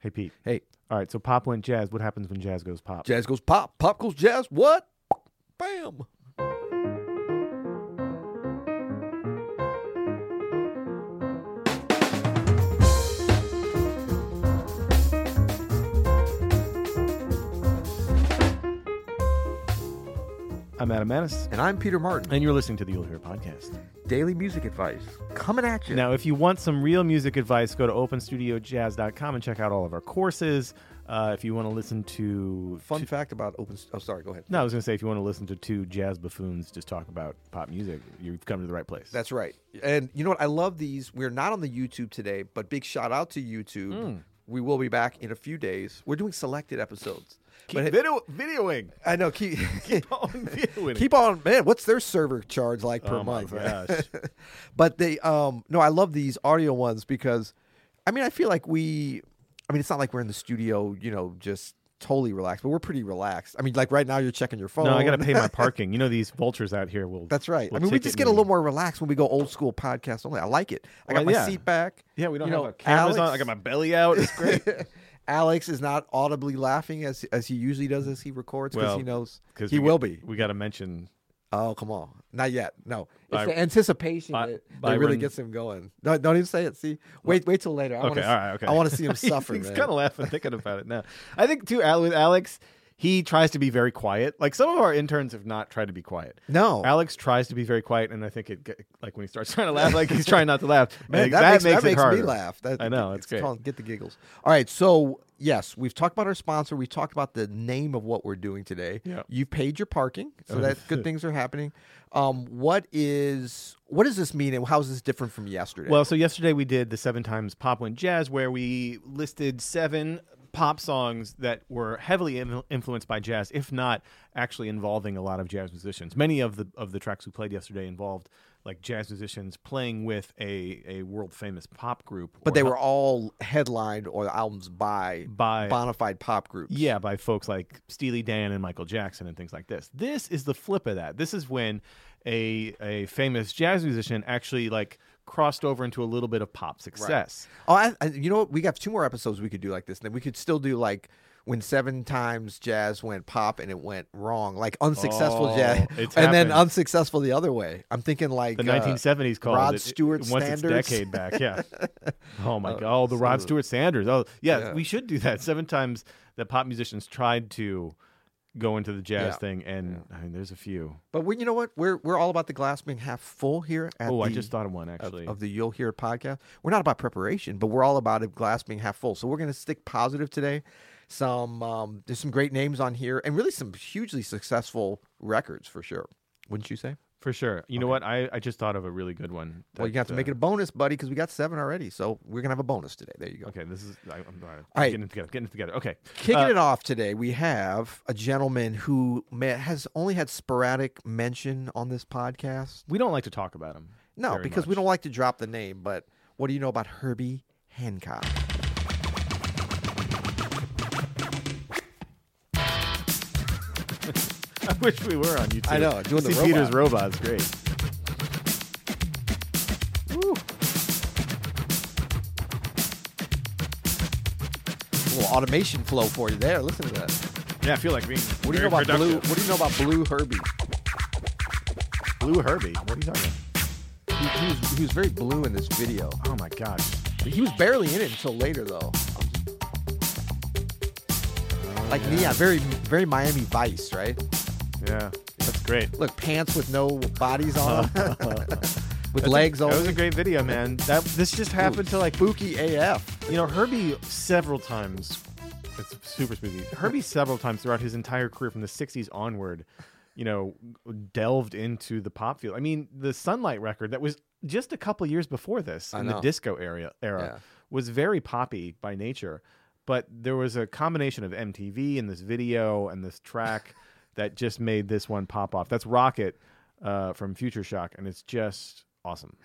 Hey Pete. Hey, All right, so pop went jazz. What happens when jazz goes pop? jazz goes pop, pop goes jazz. What? Bam. I'm Adam Manis, And I'm Peter Martin. and you're listening to the You'll Hear podcast. Daily music advice coming at you. Now, if you want some real music advice, go to openstudiojazz.com and check out all of our courses. Uh, if you want to listen to Fun fact about open. Oh, sorry. Go ahead. No, I was going to say if you want to listen to two jazz buffoons just talk about pop music, you've come to the right place. That's right. And you know what? I love these. We're not on the YouTube today, but big shout out to YouTube. Hmm. We will be back in a few days. We're doing selected episodes. keep but video videoing. I know. Keep Keep on videoing. keep on, man. What's their server charge like per Oh my month? right? gosh. but they, um, no, I love these audio ones because, I mean, I feel like we, I mean, it's not like we're in the studio, you know, just totally relaxed, but we're pretty relaxed. I mean, like right now, you're checking your phone. No, I got to pay my parking. You know these vultures out here will. That's right. will I mean, we ticket just get a me. little more relaxed when we go old school podcast only. I like it. I got Well, my yeah. seat back. Yeah, we don't you have know, a cameras on. Alex- I got my belly out. It's great Alex is not audibly laughing as as he usually does as he records because Well, he knows 'Cause he we- will be. We got to mention Oh, come on, not yet. No, it's By- the anticipation By- that, that Byron- really gets him going. No, don't even say it. See, wait, wait till later. I okay, wanna, all right, okay. I want to see him suffer. He's man. kind of laughing thinking about it now. I think too Al- with Alex, he tries to be very quiet. Like some of our interns have not tried to be quiet. no, Alex tries to be very quiet, and I think it get- like when he starts trying to laugh, like he's trying not to laugh. Man, Like, that, makes, that it makes me harder. laugh. That- I know, it's great. called Get the giggles. All right, so yes, we've talked about our sponsor. We've talked about the name of what we're doing today. Yeah. You've paid your parking, so that good things are happening. Um, what is what does this mean, and how is this different from yesterday? Well, so yesterday we did the seven times pop went jazz, where we listed seven pop songs that were heavily in- influenced by jazz, if not actually involving a lot of jazz musicians. Many of the of the tracks we played yesterday involved like jazz musicians playing with a a world famous pop group, but or they were all headlined or albums by by bona fide pop groups. yeah, by folks like Steely Dan and Michael Jackson and things like this. This is the flip of that. This is when a a famous jazz musician actually like crossed over into a little bit of pop success. Oh, I, I, you know what? We got two more episodes we could do like this. Then we could still do like when seven times jazz went pop and it went wrong, like unsuccessful Oh, jazz, and it's then happened. unsuccessful the other way. I'm thinking like the uh, 1970s called Rod it- it- Stewart once standards. it's decade back. Yeah. oh my god. Oh, the Rod so- Stewart Sanders. Oh yeah, Yeah. we should do that. Seven times that pop musicians tried to go into the jazz Yeah. thing, and I mean, there's a few. But we, you know what? We're we're all about the glass being half full here. At Oh, the, I just thought of one of, actually. of the You'll Hear It podcast. We're not about preparation, but we're all about it glass being half full. So we're going to stick positive today. Some um, there's some great names on here, and really some hugely successful records for sure. Wouldn't you say? For sure. You know what? I, I just thought of a really good one. well, you that, have to make it a bonus, buddy, because we got seven already. So we're gonna have a bonus today. There you go. uh, Okay, this is. I, I'm all right. right. Getting it together. Getting it together. Okay. Kicking Uh, it off today, we have a gentleman who ma- has only had sporadic mention on this podcast. We don't like to talk about him. No, very because we much. don't like to drop the name. But what do you know about Herbie Hancock? I wish we were on YouTube. I know, doing the See Peter's robot. robot's great. A little automation flow for you there. Listen to that. Yeah, I feel like being. What do you very know about blue? productive. What do you know about Blue Herbie? Blue Herbie. What are you talking He, he was, he was very blue in this video. about? Oh my gosh. He was barely in it until later, though. Like yeah, very very Miami Vice, right? Yeah, that's great. Look, pants with no bodies on, Uh-huh. with legs That was only. a great video, man. That this just happened to like Spooky AF. you know Herbie several times. It's super spooky. Herbie several times throughout his entire career from the '60s onward, you know, delved into the pop field. I mean, the Sunlight record that was just a couple years before this I in the know. disco area era Yeah. was very poppy by nature, but there was a combination of MTV and this video and this track that just made this one pop off. That's Rocket uh, from Future Shock, and it's just awesome.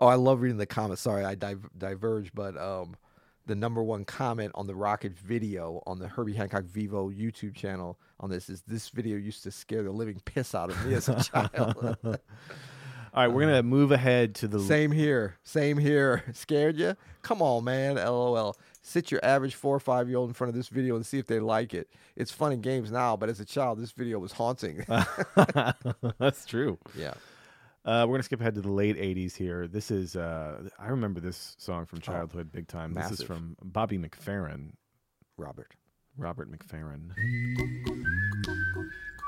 Oh, I love reading the comments. Sorry, I div- diverge, but um, the number one comment on the Rocket video on the Herbie Hancock Vivo YouTube channel on this is this video used to scare the living piss out of me as a child. All right, we're Uh-huh. gonna move ahead to the Same here. Same here. Scared you? Come on, man. LOL. Sit your average four or five year old in front of this video and see if they like it. It's fun and games now, but as a child, this video was haunting. That's true. yeah. Uh, we're gonna skip ahead to the late '80s here. This is uh, I remember this song from childhood big time. This Oh, massive. is from Bobby McFerrin, Robert. Robert McFerrin,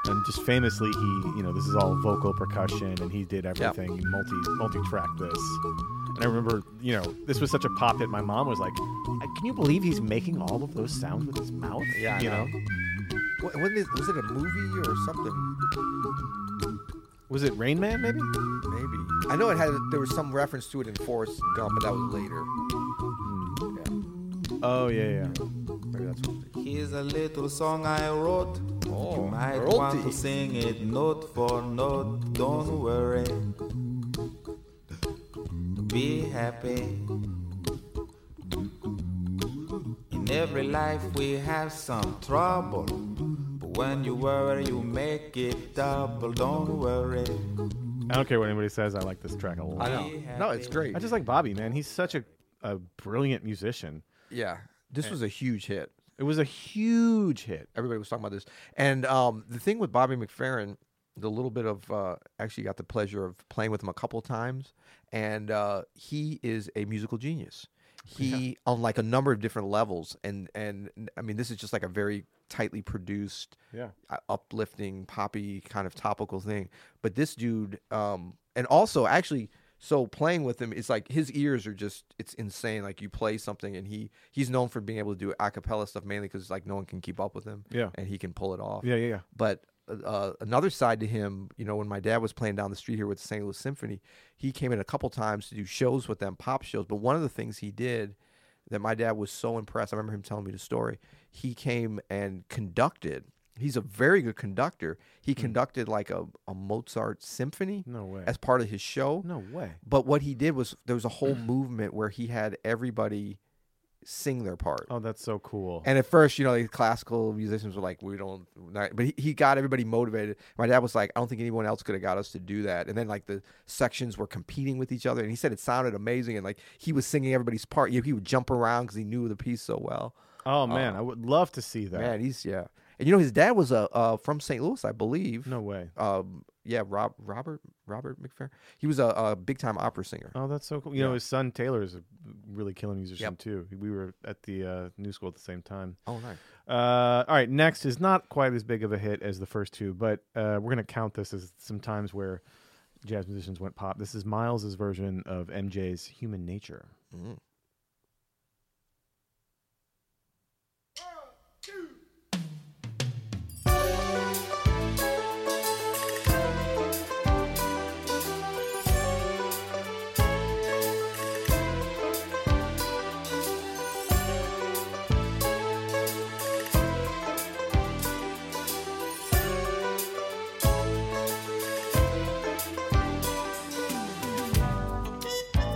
and just famously he, you know, this is all vocal percussion, and he did everything multi multi track this. And I remember, you know, this was such a pop hit. My mom was like, "I- "Can you believe he's making all of those sounds with his mouth?" Yeah, I you know. What, wasn't it- was it a movie or something? was it Rain Man? Maybe Maybe. I know it had. There was some reference to it in Forrest Gump, but that was later. Yeah. Oh yeah, yeah. Maybe that's what. it Here's a little song I wrote. Oh, you might royalty. want to sing it note for note. Don't worry. Be happy. In every life we have some trouble. But when you worry, you make it double. Don't worry. I don't care what anybody says. I like this track a lot. I know. No, it's great. I just like Bobby, man. He's such a, a brilliant musician. yeah. This was a huge hit. It was a huge hit. Everybody was talking about this. And um, the thing with Bobby McFerrin, the little bit of uh, actually got the pleasure of playing with him a couple times, and uh, he is a musical genius. He on like a number of different levels, and and I mean this is just like a very tightly produced, Yeah. uh, uplifting poppy kind of topical thing. But this dude, um, and also actually, so playing with him, it's like his ears are just it's insane. Like you play something, and he he's known for being able to do a cappella stuff mainly because like no one can keep up with him. Yeah. and he can pull it off. Yeah, yeah, yeah. But uh, another side to him, you know, when my dad was playing down the street here with the St. Louis Symphony, he came in a couple times to do shows with them, pop shows. But one of the things he did that my dad was so impressed, I remember him telling me the story. He came and conducted. He's a very good conductor. He conducted like a, a Mozart symphony No way. as part of his show. No way. But what he did was there was a whole movement where he had everybody sing their part. Oh, that's so cool. And at first, you know, the classical musicians were like, "We don't," not, but he, he got everybody motivated. My dad was like, "I don't think anyone else could have got us to do that." And then like the sections were competing with each other, and he said it sounded amazing. And like he was singing everybody's part. You know, he would jump around because he knew the piece so well. oh man, I would love to see that. Man, he's yeah. And you know, his dad was a uh, from St. Louis, I believe. No way. Um. Yeah. Rob. Robert. Robert McFerrin. He was a, a big time opera singer. Oh, that's so cool. You know, his son Taylor is a really killing musician Yep. too. We were at the uh, new school at the same time. Oh, nice. Uh, all right, next is not quite as big of a hit as the first two, but uh, we're gonna count this as some times where jazz musicians went pop. This is Miles's version of MJ's "Human Nature."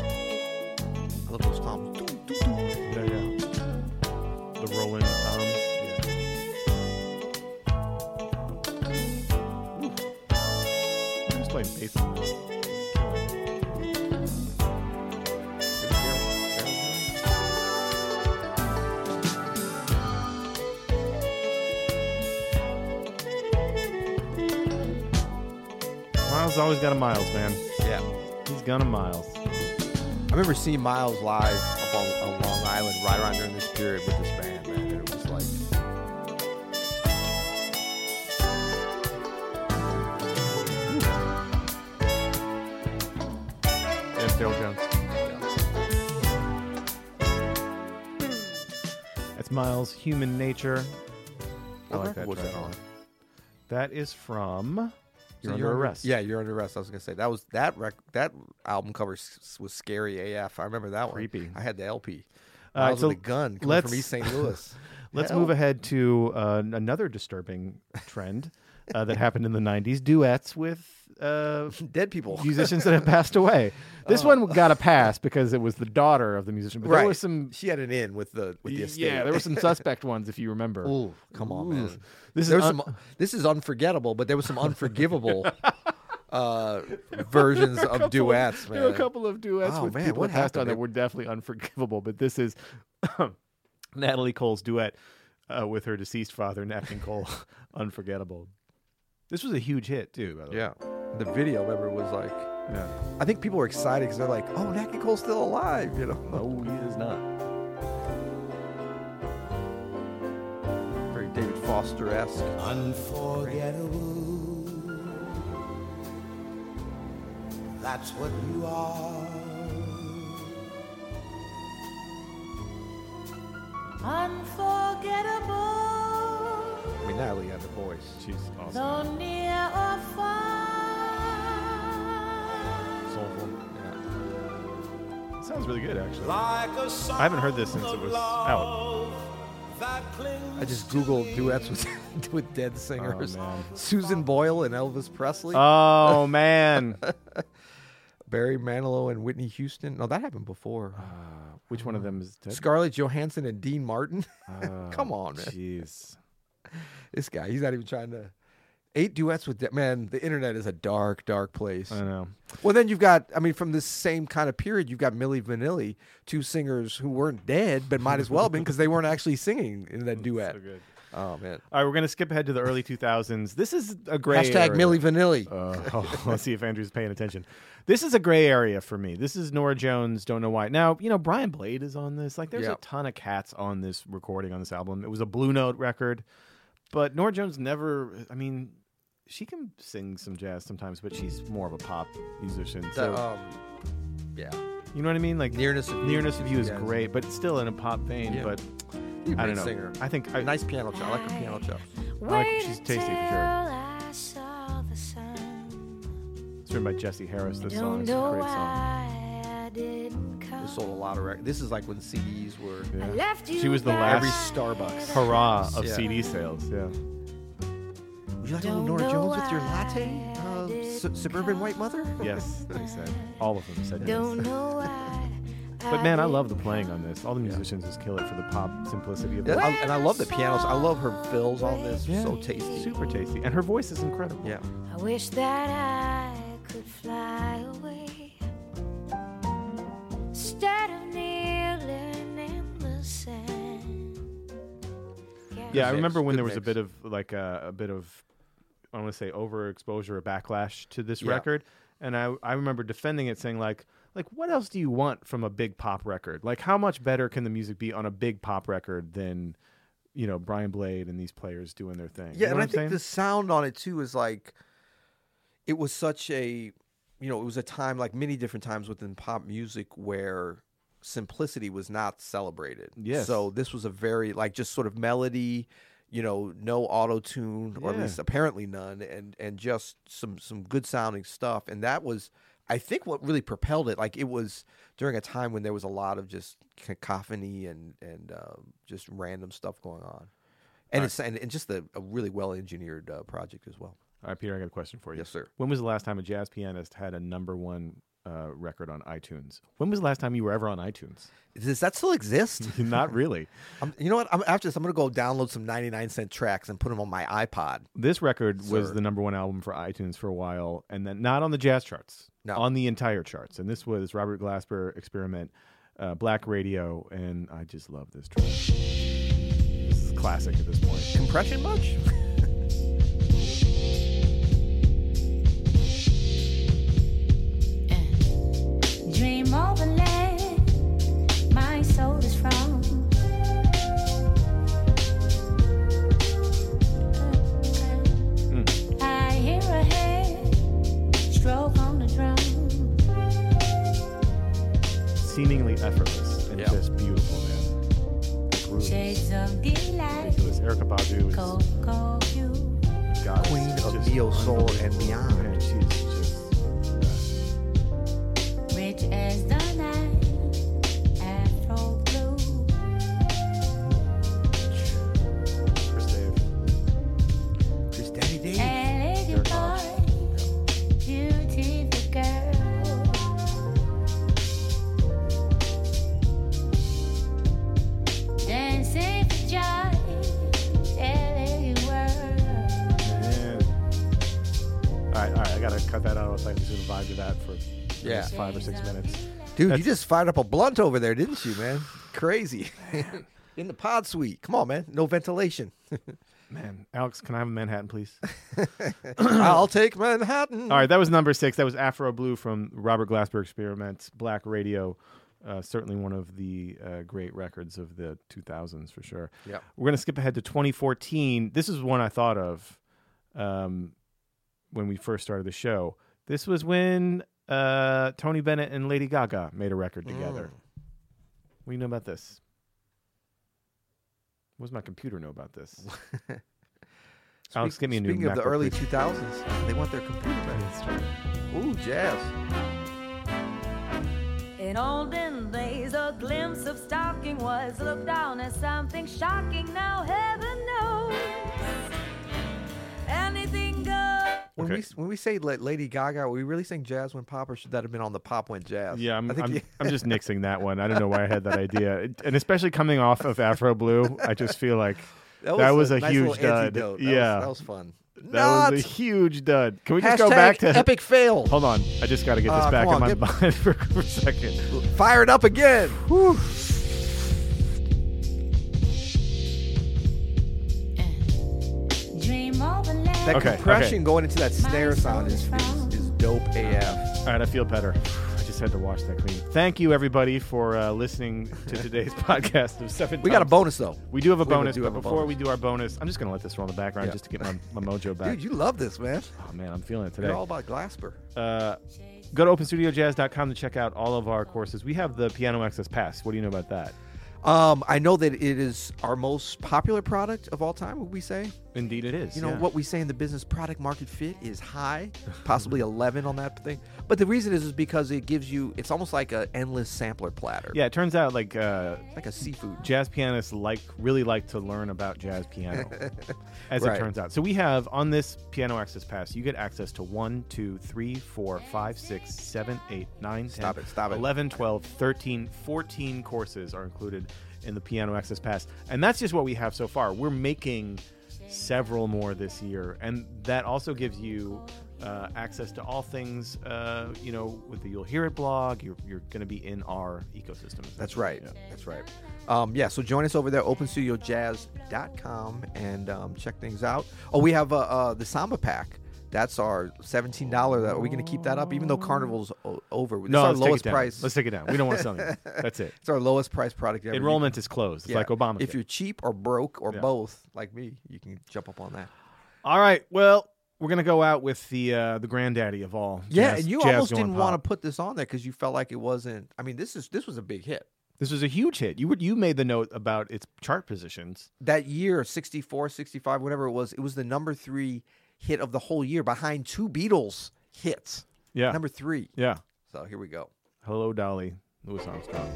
I love those toms. There you go. The rolling toms. I'm just playing bass on this. Miles always got a Miles, man. Yeah. He's gonna Miles. I remember seeing Miles live up on, on Long Island right around during this period with this band, man. And it was like, And Daryl Jones. That's Miles' Human Nature. I what like record that was track that a on? lot. That is from. You're under arrest. Yeah, you're under arrest. I was gonna say that was that rec- that album cover s- was scary AF. I remember that one. Creepy. I had the LP. All I right, was so with a gun coming let's- from East St. Louis. Let's Yeah. oh, move ahead to uh, n- another disturbing trend uh, that happened in the 90s duets with uh, Dead people. Oh. musicians that have passed away. This one got a pass because it was the daughter of the musician, but there was some. She had an in with the with the estate. Yeah, there were some suspect ones if you remember. Ooh, come on, man. This is There's un- some. This is unforgettable, but there was some unforgivable uh, versions couple of duets, man. There were a couple of duets Oh, with man, people what that passed happened? on that They- were definitely unforgivable, but this is Natalie Cole's duet uh, with her deceased father, Nat Cole, unforgettable. This was a huge hit too, by the way. Yeah. The video, remember, was like, Yeah. I think people were excited because they're like, oh, Nat King Cole's still alive, you know? No, he is not. Oh, Very David Foster esque. Unforgettable. That's what you are. Unforgettable, I mean, Natalie had the voice. She's awesome. though near or far. Soulful. Yeah. It sounds really good, actually. Like a song I haven't heard this since it was out. That I just Googled duets with, with dead singers man. Susan Boyle and Elvis Presley, Oh man, Barry Manilow and Whitney Houston. No, that happened before. which one of them is dead? Oh, Scarlett Johansson and Dean Martin. Come on, man. Jeez. This guy, he's not even trying to. Eight duets with dead man. The internet is a dark, dark place. I know. Well, then you've got, I mean, from this same kind of period, you've got Millie Vanilli, two singers who weren't dead, but might as well have been because they weren't actually singing in that duet. So good. Oh, man. All right, we're gonna skip ahead to the early 2000s. This is a gray Hashtag area. Millie Vanilli. Uh, oh, let's see if Andrew's paying attention. This is a gray area for me. This is Nora Jones. Don't know why. Now you know Brian Blade is on this. Like, there's Yeah. a ton of cats on this recording on this album. It was a Blue Note record, but Nora Jones never. I mean, she can sing some jazz sometimes, but she's more of a pop musician. So The, um, yeah. you know what I mean? Like Nearness of You. nearness of you is Yeah. great, but still in a pop vein. Yeah. But You're a I don't great know. singer. I think I, nice piano job. I like a piano job. I like she's tasty for sure. I saw the sun. It's written by Jesse Harris. This song Don't is a know great song. why I didn't come. They sold a lot of records. This is like when CDs were I Yeah. left you She was the back last every Starbucks. Hurrah of Yeah. CD sales. Yeah. Would you like a little Don't Nora know Jones with your why latte? I Uh, didn't su- suburban white mother? Yes, they said. All of them said yes. Don't know why. But man, I love the playing on this. All the musicians just kill it for the pop simplicity of Yeah, it. I- and I love the pianos. I love her fills on this. Yeah. So tasty. Super tasty. And her voice is incredible. Yeah. I wish that I could fly away instead of kneeling in the sand. Yeah, I mix, remember when good there was a mix. bit of like a, a bit of I want to say overexposure or backlash to this Yeah. record, and I I remember defending it, saying like like what else do you want from a big pop record? Like how much better can the music be on a big pop record than you know Brian Blade and these players doing their thing? You Yeah, know and what I I'm think saying? the sound on it too is like it was such a you know, it was a time like many different times within pop music where simplicity was not celebrated. Yes. So this was a very like just sort of melody, you know, no auto tune or at Yeah. least apparently none and and just some some good sounding stuff and that was I think what really propelled it like it was during a time when there was a lot of just cacophony and and uh, just random stuff going on. And it's and, and just a, a really well engineered uh, project as well. All right, Peter, I got a question for you. Yes, sir. When was the last time a jazz pianist had a number one uh, record on iTunes? When was the last time you were ever on iTunes? Does that still exist? Not really. I'm, you know what? I'm, after this, I'm gonna go download some 99 cent tracks and put them on my iPod. This record was Sir. the number one album for iTunes for a while, and then not on the jazz charts, No. on the entire charts. And this was Robert Glasper Experiment, uh, Black Radio, and I just love this track. This is classic at this point. Compression much? Dream overland, my soul is from. I hear a hand stroke on the drum. Seemingly effortless and Yeah. just beautiful, man. The groove is Shades of delight, ridiculous. Erica Badu cocoa hue. is goddess. Queen She's of just neo soul and unbelievable. beyond. Man, she's just the best. Rich as the night, Afro blue. Chris Dave. Just Daddy Eh. Dave. Elegant boy, beautiful girl. Dancing for joy, elegant world. Man. All right, all right. I gotta cut that out. I was like, just gonna vibe to that for at Yeah. least five or six minutes. Dude, you just fired up a blunt over there, didn't you, man? Crazy. in the pod suite. Come on, man. No ventilation. Man, Alex, can I have a Manhattan, please? I'll take Manhattan. All right, that was number six. That was Afro Blue from Robert Glasper Experiments, Black Radio. Uh, certainly one of the uh, great records of the 2000s for sure. Yep. We're going to skip ahead to 2014. This is one I thought of um, when we first started the show. This was when uh, Tony Bennett and Lady Gaga made a record together. Mm. What do you know about this? What does my computer know about this? Alex, Speak- get me a new Speaking of the MacBook, early please. 2000s, they want their computer back. Ooh, jazz. In olden days, a glimpse of stocking was looked down as something shocking. Now, heaven knows anything goes. When Okay. we when we say la- Lady Gaga, are we really saying jazz went pop, or should that have been on the pop went jazz? Yeah, I'm, I think I'm, you- I'm just nixing that one. I don't know why I had that idea. It- And especially coming off of Afro Blue, I just feel like that was, a, nice little huge dud. antidote. That was- yeah. that was fun. That Not was a huge dud. Can we hashtag just go back to epic fail. Hold on. I just got to get this Uh, back come in my on, mind for, for a second. Fire it up again. Dream of a land. That Okay, compression okay. going into that snare sound is, is is dope AF. All right, I feel better. I just had to wash that clean. Thank you, everybody, for uh, listening to today's podcast of Seven We got a Times- bonus though. We do have a We bonus, do but have a before bonus. we do our bonus, I'm just going to let this roll in the background Yeah. just to get my, my mojo back. Dude, you love this, man. oh, man, I'm feeling it today. You're all about Glasper. Uh, go to openstudiojazz.com to check out all of our courses. We have the Piano Access Pass. What do you know about that? Um, I know that it is our most popular product of all time. Would we say? Indeed, it is. You know yeah. what we say in the business product market fit is high, possibly 11 on that thing. But the reason is is because it gives you it's almost like an endless sampler platter. Yeah, it turns out like uh, Like a seafood. jazz pianists like really like to learn about jazz piano, as it Right. turns out. So we have on this Piano Access Pass, you get access to 1, 2, 3, 4, 5, 6, 7, 8, 9, 10, Stop it, stop it. 11, 12, 13, 14 courses are included in the Piano Access Pass. And that's just what we have so far. We're making several more this year. And that also gives you uh, access to all things, uh, you know, with the You'll Hear It blog. You're, you're going to be in our ecosystem. That's essentially. right. Yeah. That's right. Um, yeah, so join us over there, openstudiojazz.com, and um, check things out. Oh, we have uh, uh, the Samba Pack. That's our seventeen dollar. Are we going to keep that up, even though Carnival's o- over? It's our let's take it lowest down. price. Let's take it down. We don't want to sell anything. That's it. It's our lowest price product ever. You- Enrollment is closed. It's yeah, like Obama. If you're cheap or broke or Yeah. both, like me, you can jump up on that. all right, well, we're gonna go out with the uh, the granddaddy of all. Yeah, jazz- and you jazz almost going didn't want pop. to put this on there because you felt like it wasn't. I mean, this is this was a big hit This was a huge hit. You would you made the note about its chart positions. that year, 64, 65, whatever it was. It was the number three hit of the whole year, behind two Beatles hits. Yeah. number three. Yeah. So here we go. Hello, Dolly. Louis Armstrong.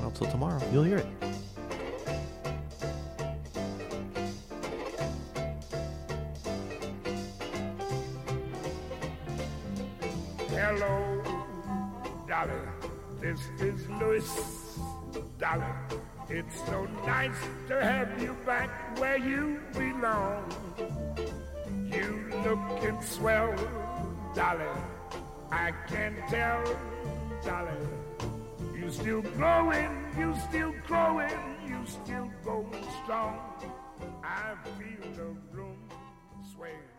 Well, till tomorrow. You'll hear it. Hello, Dolly. This is Louis. Dolly, it's so nice to have you back where you belong. You looking swell, Dolly. I can tell, Dolly. You still growing, you still growing, you still going strong. I feel the room sway.